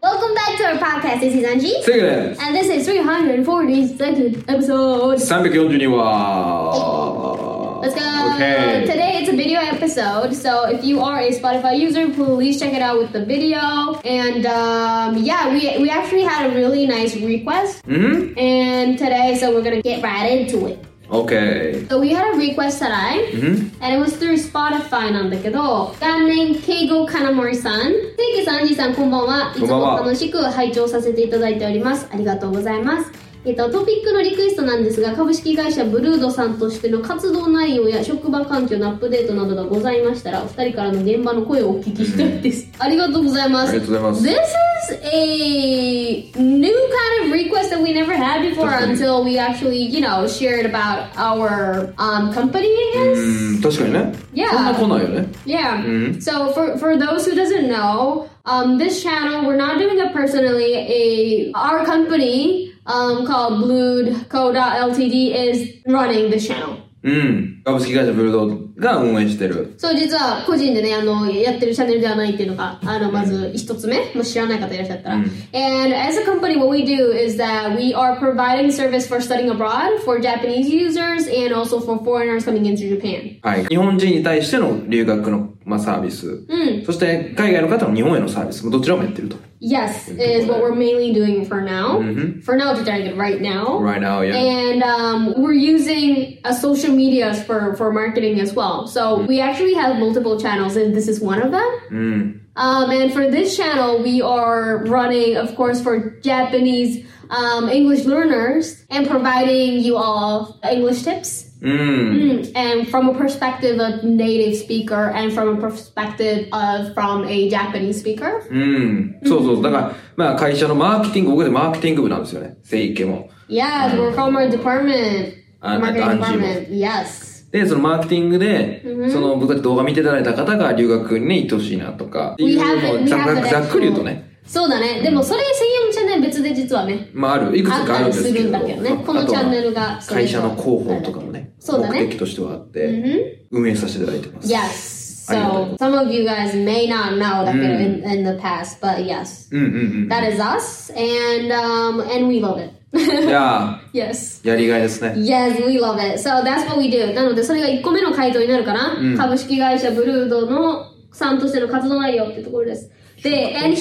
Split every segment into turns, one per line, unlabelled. to our podcast. This is Angie.
セグで
And this is 342nd episode.
す342話
Let's go.
Okay.
Today it's a video episode, so if you are a Spotify user, please check it out with the video. And um, yeah, we, we actually had a really nice request.
うん
And today, so we're gonna get right into it.
?OK
So we had a request today,
うん
and it was through Spotify なんだけど、ガンネン・ケイゴ・カナモリさん、セイケさん、アンジーさん、こんばんは。いつ
こんばん
も
は
楽しく拝聴させていただいております。ありがとうございます。えっと、トピックのリクエストなんですが株式会社ブルードさんとしての活動内容や職場環境のアップデートなどがございましたらお二人からの現場の声をお聞きしたいです、ありがとうございます
ありがとうございま
This
す
is a new kind of request that we never had before
Definitely.
until we actually, you know, shared about our um, company, I
う
guess.
ん確かにね
Yeah.
そんな来ないよね
Yeah.
Mhm.
So for for those who doesn't know, um, this channel we're not doing it personally. A our company um, called Blued Co. Ltd. is running this channel.
うん株式会社ブルドーが運営してる
そう実は uh, 個人でねあのやってるチャンネルではないっていうのがあのまず一つ目もし知らない方いらっしゃったら、
うん
And as a company what we do is that we are providing service for studying abroad for Japanese users and also for foreigners coming into Japan
はい日本人に対しての留学の、まあ、サービス
うん
そして海外の方の日本へのサービスもどちらもやってると
Yes is what we're mainly doing for now、
Mhm.
for now って言ったらいいけど right now
Right now yeah
And um, we're using uh, social medias for, for marketing as well. So we actually have multiple channels, and this is one of them.
うん、
Um, and for this channel, we are running, of course, for Japanese um, English learners and providing you all English tips.
うん、
Mm, And from a perspective of native speaker and from a perspective of from a Japanese speaker.
うん。そうそう。だから、まあ会社のマーケティング、ここでマーケティング部なんですよね。生池も。
Yes, we're from our department.
Ah,
marketing
Anji.
department. Yes.
で、そのマーケティングで、その僕たち動画見ていただいた方が留学に行ってほしいなとか、ってい
We
う
have
の
it.
を
We
ざ
have
ざ
it.
ざっくり言うとね、
そうだね。でもそれ専用のチャンネル別で実はね、
まあある、いくつ
あっ
か
た
あるん
り
ですすけ
るん
ど、
だけどね。この
あと
チ
は
ャンネルが。
会社の広報とかもね、
そうだね
目的としてはあって、運営させていただいてます。
Yes.
ありがと
So some of you guys may not know that they're in, in the past, but yes,
うんうん
that is us, and um, and we love
うん。い
it.
や
yes.
ー、やりがいですね。
Yes, we love it. So that's what we do. なので、それが1個目の回答になるかな。株式会社ブルードのさんとしての活動内容っていうところです。で、and he's asking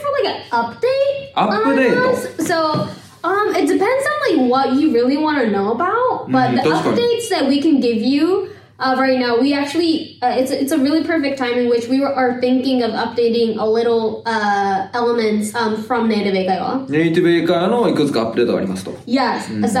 for like an update. on
アップデート。
us. So, um, it depends on like what you really want to know about, but
うん、
the
確かに。
updates that we can give you. Uh, right now, we actually uh, it's it's a really perfect time in which we were, are thinking of updating a little uh, elements um, from Native Eikaiwa.
ネイティブ英会話のいくつかアップデートがありますと。
Yes. So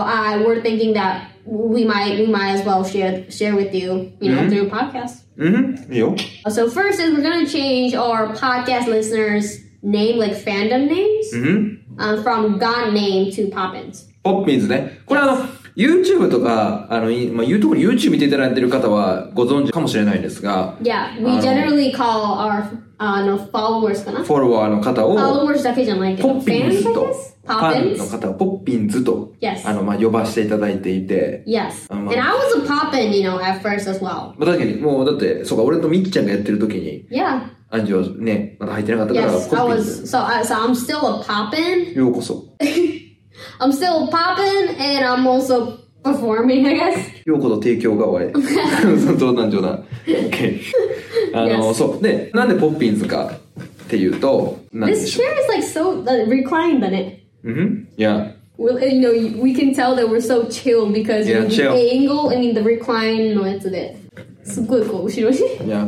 uh, we're thinking that we might we might as well share share with you, you know, through podcast.
うんいいよ。
So first is we're gonna change our podcast listeners' name, like fandom names,
うん。
um, from God name to Poppins.
ポッピンズね。これあの、YouTube とか、あの、いまあ、言うところ YouTube 見ていただいてる方はご存知かもしれないですが、
Yeah, we
Oh.
generally call our uh, no followers かな。
フォロワーの方を、
followers だけじゃないけ
ポ
ど、
ッピン
fans
ズ
I
と
guess?
ファンの
Poppins.
方をポッピンズと
Yes.
あの、まあ、呼ばせていただいていて、
Yes.
Oh,
And
wow.
I was a poppin, you know, at first as well.
まあ、確かにもうだってそうか俺とみっちゃんがやってる時に
Yeah.
アンジュはねまだ入ってなかったから
Yes.
ポ
I
ッピンズ
was so I, so I'm still a poppin.
ようこそ
I'm still popping and I'm also performing, I guess.
ようこそ提供 側へ冗談冗談 OK あの、
Yes.
そうでなんでポッピンズかっていうとなんで
This
しょ
chair is like so uh, reclined in it.
ううんいや
Well, you know, we can tell that we're so chill because
Yeah,
the
chill.
angle, I mean, the recline, no, it's a bit. It's good, cool,
い や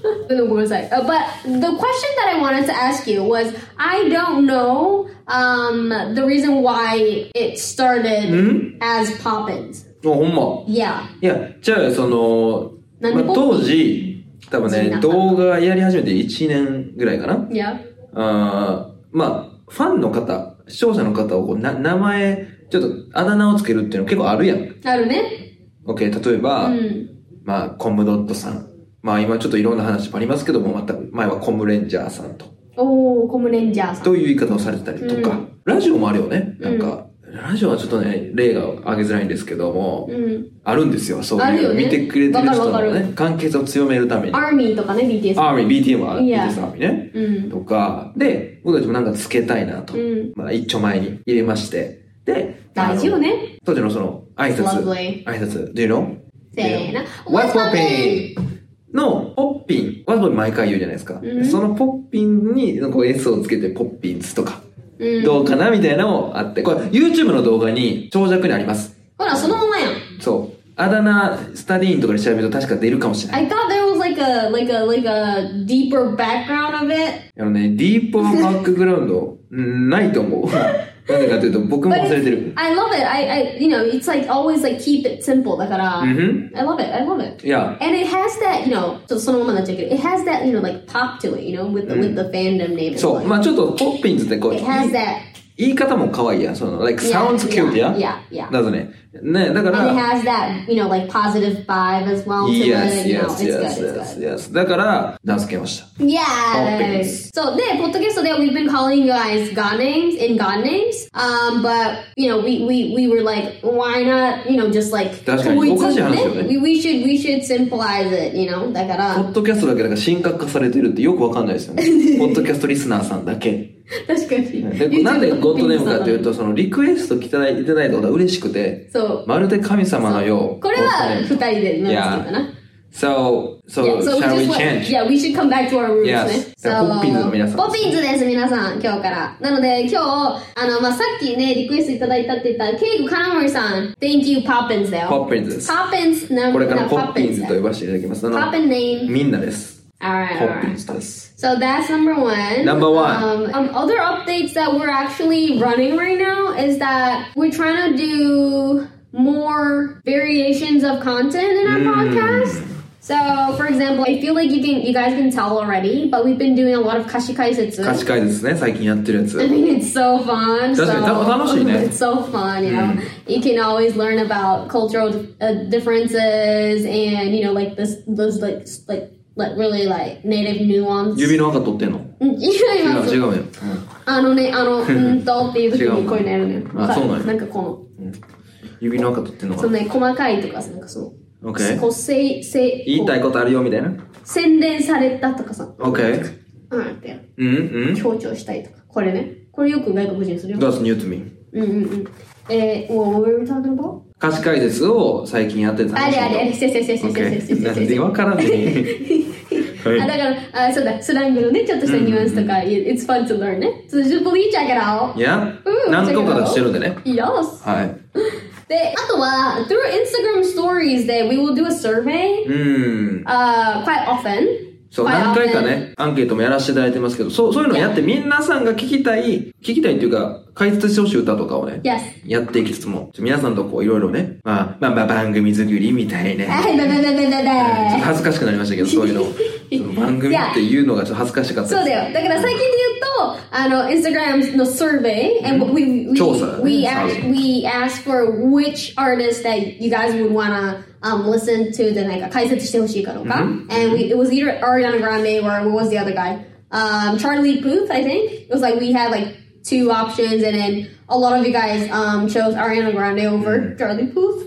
uh, but the question that I wanted to ask you was I don't know um, the reason why it started
Hmm?
as Poppins.
もうほんま
Yeah.
いやじゃあその、
なんで
まあ
ポッピン
当時多分ね動画やり始めて1年ぐらいかな
Yeah.
あーまあ、ファンの方、視聴者の方をこうな名前、ちょっとあだ名をつけるっていうの結構あるやん。
あるね。
OK、例えば、
うん。
まあ、コムドットさん。まあ、今ちょっといろんな話もありますけども、また前はコムレンジャーさんと。
Oh, おー、コムレンジャーさん。
という言い方をされてたりとか、
う
ラジオもあるよね。なんか、ラジオはちょっとね、例が挙げづらいんですけども、
うん。
あるんですよ、そう
ある
い
よ
う。
ね
見てくれてる人
わか
の
るわか
ね、関係性を強めるために。
アーミーとかね、BTS。
アーミー、BTM は
Yeah
BTS アーミーね。
うん。
とか、で、僕たちもなんかつけたいなと
う。ん。
まあ、一丁前に入れまして。で、
大事よ
ね。
ね。
当時のその、挨
It's
拶。
lovely.
挨拶。Do you know?
せーの。
What's
poppin'？
poppin? の、ポッピン。What's poppin 毎回言うじゃないですか。
うん
そのポッピンに、こう S をつけてポッピンズとか、
うん。
どうかなみたいなのもあって、これ YouTube の動画に長尺にあります。
ほら、そのままやん。
そう。あだ名、スタディーンとかで調べると確か出るかもしれない。
I thought there was like a, like a, like a deeper background of it.
あのね、ディープバックグラウンド、うんないと思う。なんでかというと、僕も忘れてる。
I love it. I, I, you know, it's like always like keep it simple. だから、
うんふん。
I love it. I love it.
いや、
And it has that, you know, ちょっとそのままになっちゃうけど、it has that, you know, like pop to it, you know, with the, with the fandom name. and
そう。
like-
まあちょっと、ポッピンズってこう、
It has that.
言い方も可愛いやん。その、like, sounds cute, や
Yeah, yeah.
だとね。ね、だか
And
ら
it、has that, you know, like positive vibe as well. To
Yes,
it, you know,
yes,
it's
yes,
good, it's
yes,
good.
yes. だから、名付けました。
Yeah.
Toppings.
So, で、ポッドキャストで we've been calling you guys God names and God names. Um, but, you know, we, we, we were like, why not, you know, just like,
確かに
統一
おかしい話よね
we, we should, we should simplify it, you know? だか
ポ
ら、
ッドキャストだけだから神格化されてるってよくわかんないです よね。ポッドキャストリスナーさんだけ。
確かに。
で、なんでゴッドネームかというと、そのリクエストいただいただいたことが嬉しくて、
そう。
まるで神様のよう。
これは二人でなんですけどな。
So, so,
so we
shall we
just want-
change?
Yeah, we should come back to our roots
Yes.
ね。
じゃあ
So-
ポッピンズの皆さん
ポッピンズです、皆さん、今日から。なので、今日、あの、まあ、さっきね、リクエストいただいたって言った、ケイグ・カナモリさん、Thank you, Poppins だよ。
ポッピンズです。
Poppins な
これから
な
ポッピンズと呼
Poppins
ばせていただきます。あ
だよ
の
Poppin name.
みんなです。ポ
Alright,
ッピン
alright.
ズです。
So that's number one.
Number one.
Um, um, other updates that we're actually running right now is that we're trying to do more variations of content in our
Hmm.
podcast. So, for example, I feel like you can, you guys can tell already, but we've been doing a lot of kashikaisetsu.
歌詞会ですね、最近やってるや
I
つ。
think it's so fun.
That's
so,
right. That- that was really nice.
It's so fun, you
Mm.
know. You can always learn about cultural uh, differences and you know, like this, those like s- like like really like native nuance.
指の赤取ってんの
うん違
違
いうま、
違
す。
うよ。
あのね、あ の、うーんとっていう時
違
に
う
こういうのやるのよ。
あそうなんや
なんかこの、
指の赤取ってんのか
そのね、細かいとかさ、なんかそ
な
の、
?OK。
こう、せい、せい、
言いたい
こ
ことあるよみたいな。
う洗練されたとかさ、
OK。
うんって、
うんうん
強調したいとか。これね。これよく外国人するよ。
?That's new to me.
うんうんうん。えー、what were we talking about?
歌詞解説を最近やってた
あれあれあれ、せせ せせせせせ
OK。なん
せせ
で。わから んね。
あだから、あそうだ、スラングのね、ちょっとしたニュアンスとか、it's fun to learn ね。So just please check it out.
いや
う、ん
何個か出してるんでね。
Yes.
はい。
で、あとは、through Instagram stories で we will do a survey、
うん。
uh, quite often.
そう、
Quite
何回か
often.
ね、アンケートもやらせていただいてますけど、そう、そういうのやって、皆さんが聞きたい、聞きたいっていうか、解説してほしい歌とかをね、
Yes.
やっていきつつも、皆さんとこう、いろいろね、まあ、まあ、まあ、番組作りみたいね。
あ、だだだだだ
ちょっと
だ。
恥ずかしくなりました けど、そういうの。その番組っていうのがちょっと恥ずかしかった
そう
です。
だよ。だから最近で言うと、あの、Instagram の survey, and we, we,
調査
we,
ね
ask, we ask for which artist that you guys would wanna um, listen to the なんか解説してほしいかどうか。And we, it was either Ariana Grande or what was the other guy? Um, Charlie Puth, I think. It was like we had like two options and then a lot of you guys um, chose Ariana Grande over
Mm.
Charlie Puth.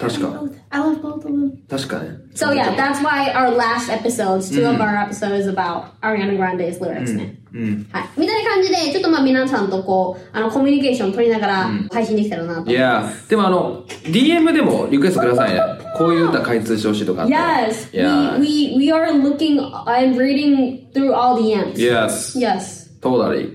確か。
I love both of them.
確かね。
So yeah, that's why our last episodes, two
Mm.
of our episodes about Ariana Grande's lyrics ね。
うん。
はい。みたいな感じで、ちょっとまあ皆さんとこう、あの、コミュニケーション取りながら配信できたらなと。
いやーでもあの、DM でもリクエストくださいね。こういう歌開通してほしいとかあったら。
Yes!
いや
We, we, we are looking and reading through all the ends.
Yes.
Yes.
Totally.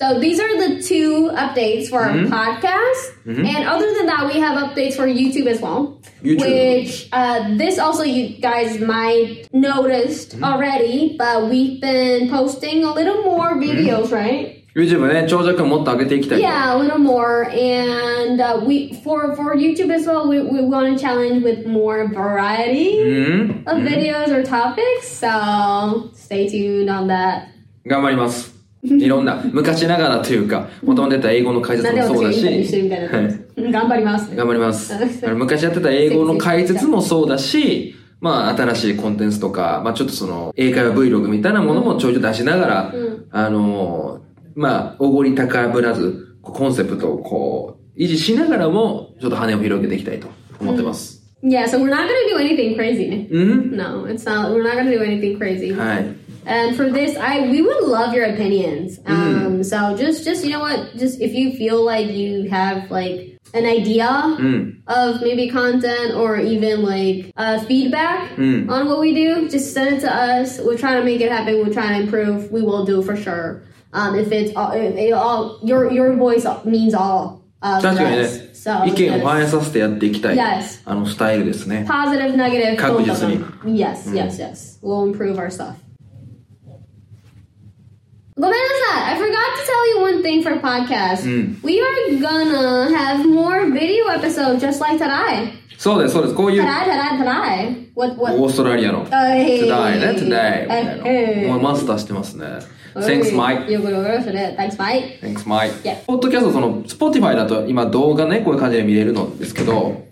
So these are the two updates for our podcast. And other than that, we have updates for YouTube as well.
YouTube.
Which uh, this also you guys might noticed already, but we've been posting a little more videos, right?
YouTube ね、長尺もっと上げていきたい。
Yeah, a little more. And uh, we for for YouTube as well, we, we want to challenge with more variety
うん。
of videos or topics. So stay tuned on that.
頑張ります。いろん な、昔ながらというか、もともとやった英語の解説もそうだし、はい
なんで私がインタビューしてるみたいな。頑張ります。
頑張ります。
そう
あの昔やってた英語の解説もそうだし、まあ、新しいコンテンツとか、まあ、ちょっとその、英会話 Vlog みたいなものもちょいちょい出しながら、
うん
あのーまあ、おごり高ぶらず、こうコンセプトをこう、維持しながらも、ちょっと羽を広げていきたいと思ってます。
Yeah, so we're not going to do anything crazy.
うん、
No, it's not. We're not going to do anything crazy.
はい。
And for this, I we would love your opinions. Um, so just just you know what, just if you feel like you have like an idea
Mm. うん、
of maybe content or even like uh, feedback
うん。
on what we do, just send it to us. We'll try to make it happen. We'll try to improve. We will do for sure. Um, if it's all, if it all your your voice means all. Uh, to
確かに
us.
ね
So、
意見を
yes.
反映させてやっていきたい
Yes.、
あのスタイルですね。
positive, negative, both of
確実に。
them. Yes, yes, yes. We'll improve our stuff. ごめんなさい. I forgot to tell you one thing for podcast.
うん。
We are gonna have more video episodes just like today.
そうです、そうです。こういう
Today, today, today. What,
オ
what?
ーストラリアの、
Hey.
世代ね、today みたい
Hey.
な。もうマスターしてますね。
Hey.
Thanks, Mike.
You're good, you're good. Thanks, Mike.
Thanks, Mike.
Yeah.
ポッドキャスト、その、Spotify だと今動画ね、こういう感じで見れるのですけど、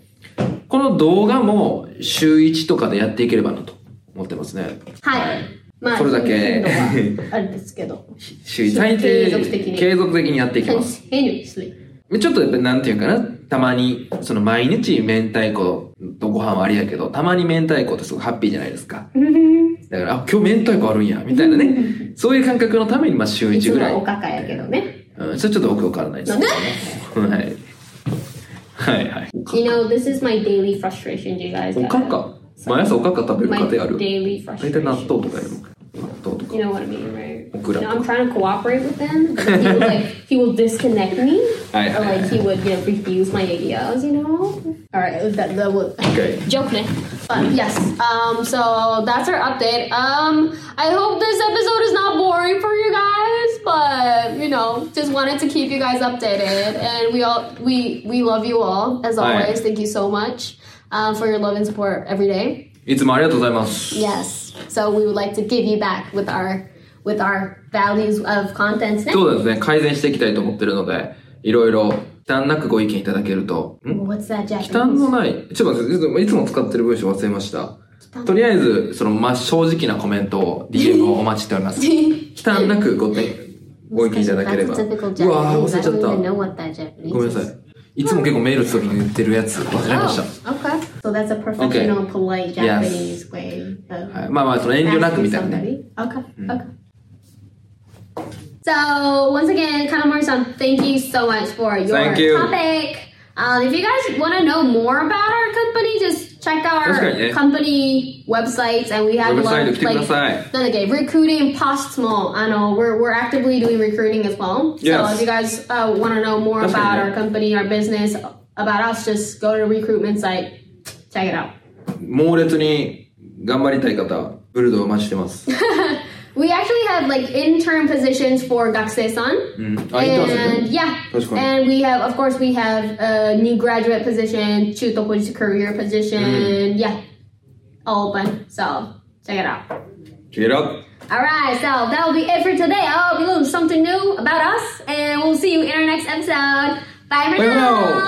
この動画も週1とかでやっていければなと思ってますね。
はい。まあ、
それだけ。
頻度はあれですけど。
週1、最低、
継続的に
継続的にやっていきます。
Continuously.
ちょっとやっぱなんていうかな、たまに、その毎日明太子とご飯はありやけど、たまに明太子ってすごいハッピーじゃないですか。だから、あ、今日明太子あるんや、みたいなね。そういう感覚のために、まあ週1ぐらい。
いつもはおかかやけどね。
うん、それちょっと僕わからないですけどね。はい。はいはい。
You know, this is my daily frustration, you guys.
お
gotta-
かか。毎朝おかか食べる
My
家庭ある。
daily
大体納
frustration.
豆とかやるのか。納豆とか。
You know what I mean, right? You
Good
know, I'm trying to cooperate with him. but He would, like he will disconnect me,
Aye, aye,
or like
aye.
he would you know, refuse my ideas. You know. All right, that that would
Okay.
joke me. But yes, um, so that's our update. Um, I hope this episode is not boring for you guys, but you know, just wanted to keep you guys updated, and we all we we love you all as
Aye.
always. Thank you so much. Uh, for your love and support every day.
いつもありがとうございます。
Yes. So we would like to give you back with our with our values of contents. ね
そうですね、改善していきたいと思ってるので、いろいろ、負担なくご意見いただけると、ん
What's that,
負担
Japanese?
のない、ちょっと待ってちょっと、いつも使ってる文章忘れました。と りあえず、その、ま、正直なコメントを、DM をお待ちしております。忌憚なくごてご意見いただければ。
That's a typical
うわー
Japanese. I
忘れちゃ
don't
った。
even know what that Japanese
ごめん
is.
なさい。いつも結構メールする時に言ってるやつ、忘れました。
Oh, okay. So that's a professional, polite
Yes.
Japanese way of
はい、まあまあ、その遠慮なくみたいなね。
Somebody. Okay.
Mm.
Okay. So once again, Kanamori-san, thank you so much for your
Thank you.
topic. Um, if you guys want to know more about our company, just check out our
確かにね。
company websites, and we
ウ
have
ェ
a
ブサ
lot
イト
of
来てくだ
like
さい。
another game, recruiting posts more. I know we're, we're actively doing recruiting as well. So
Yes.
if you guys uh, want to know more
That's
about
right.
our company, our business, about us, just go to the recruitment site, check it out.
猛烈に頑張りたい方、ブルドをお待ちしてます。
We actually have like intern positions for Gakse-san.
うん。あ、言ってますよね
And。yeah,
That's fine.
and we have, of course, we have a new graduate position, Chutokoji's career position, yeah, all open. So check it out.
ゲラッ。
All right, so that'll be it for today. I hope you learned something new about us, and we'll see you in our next episode. Bye for
Bye for
now.
now.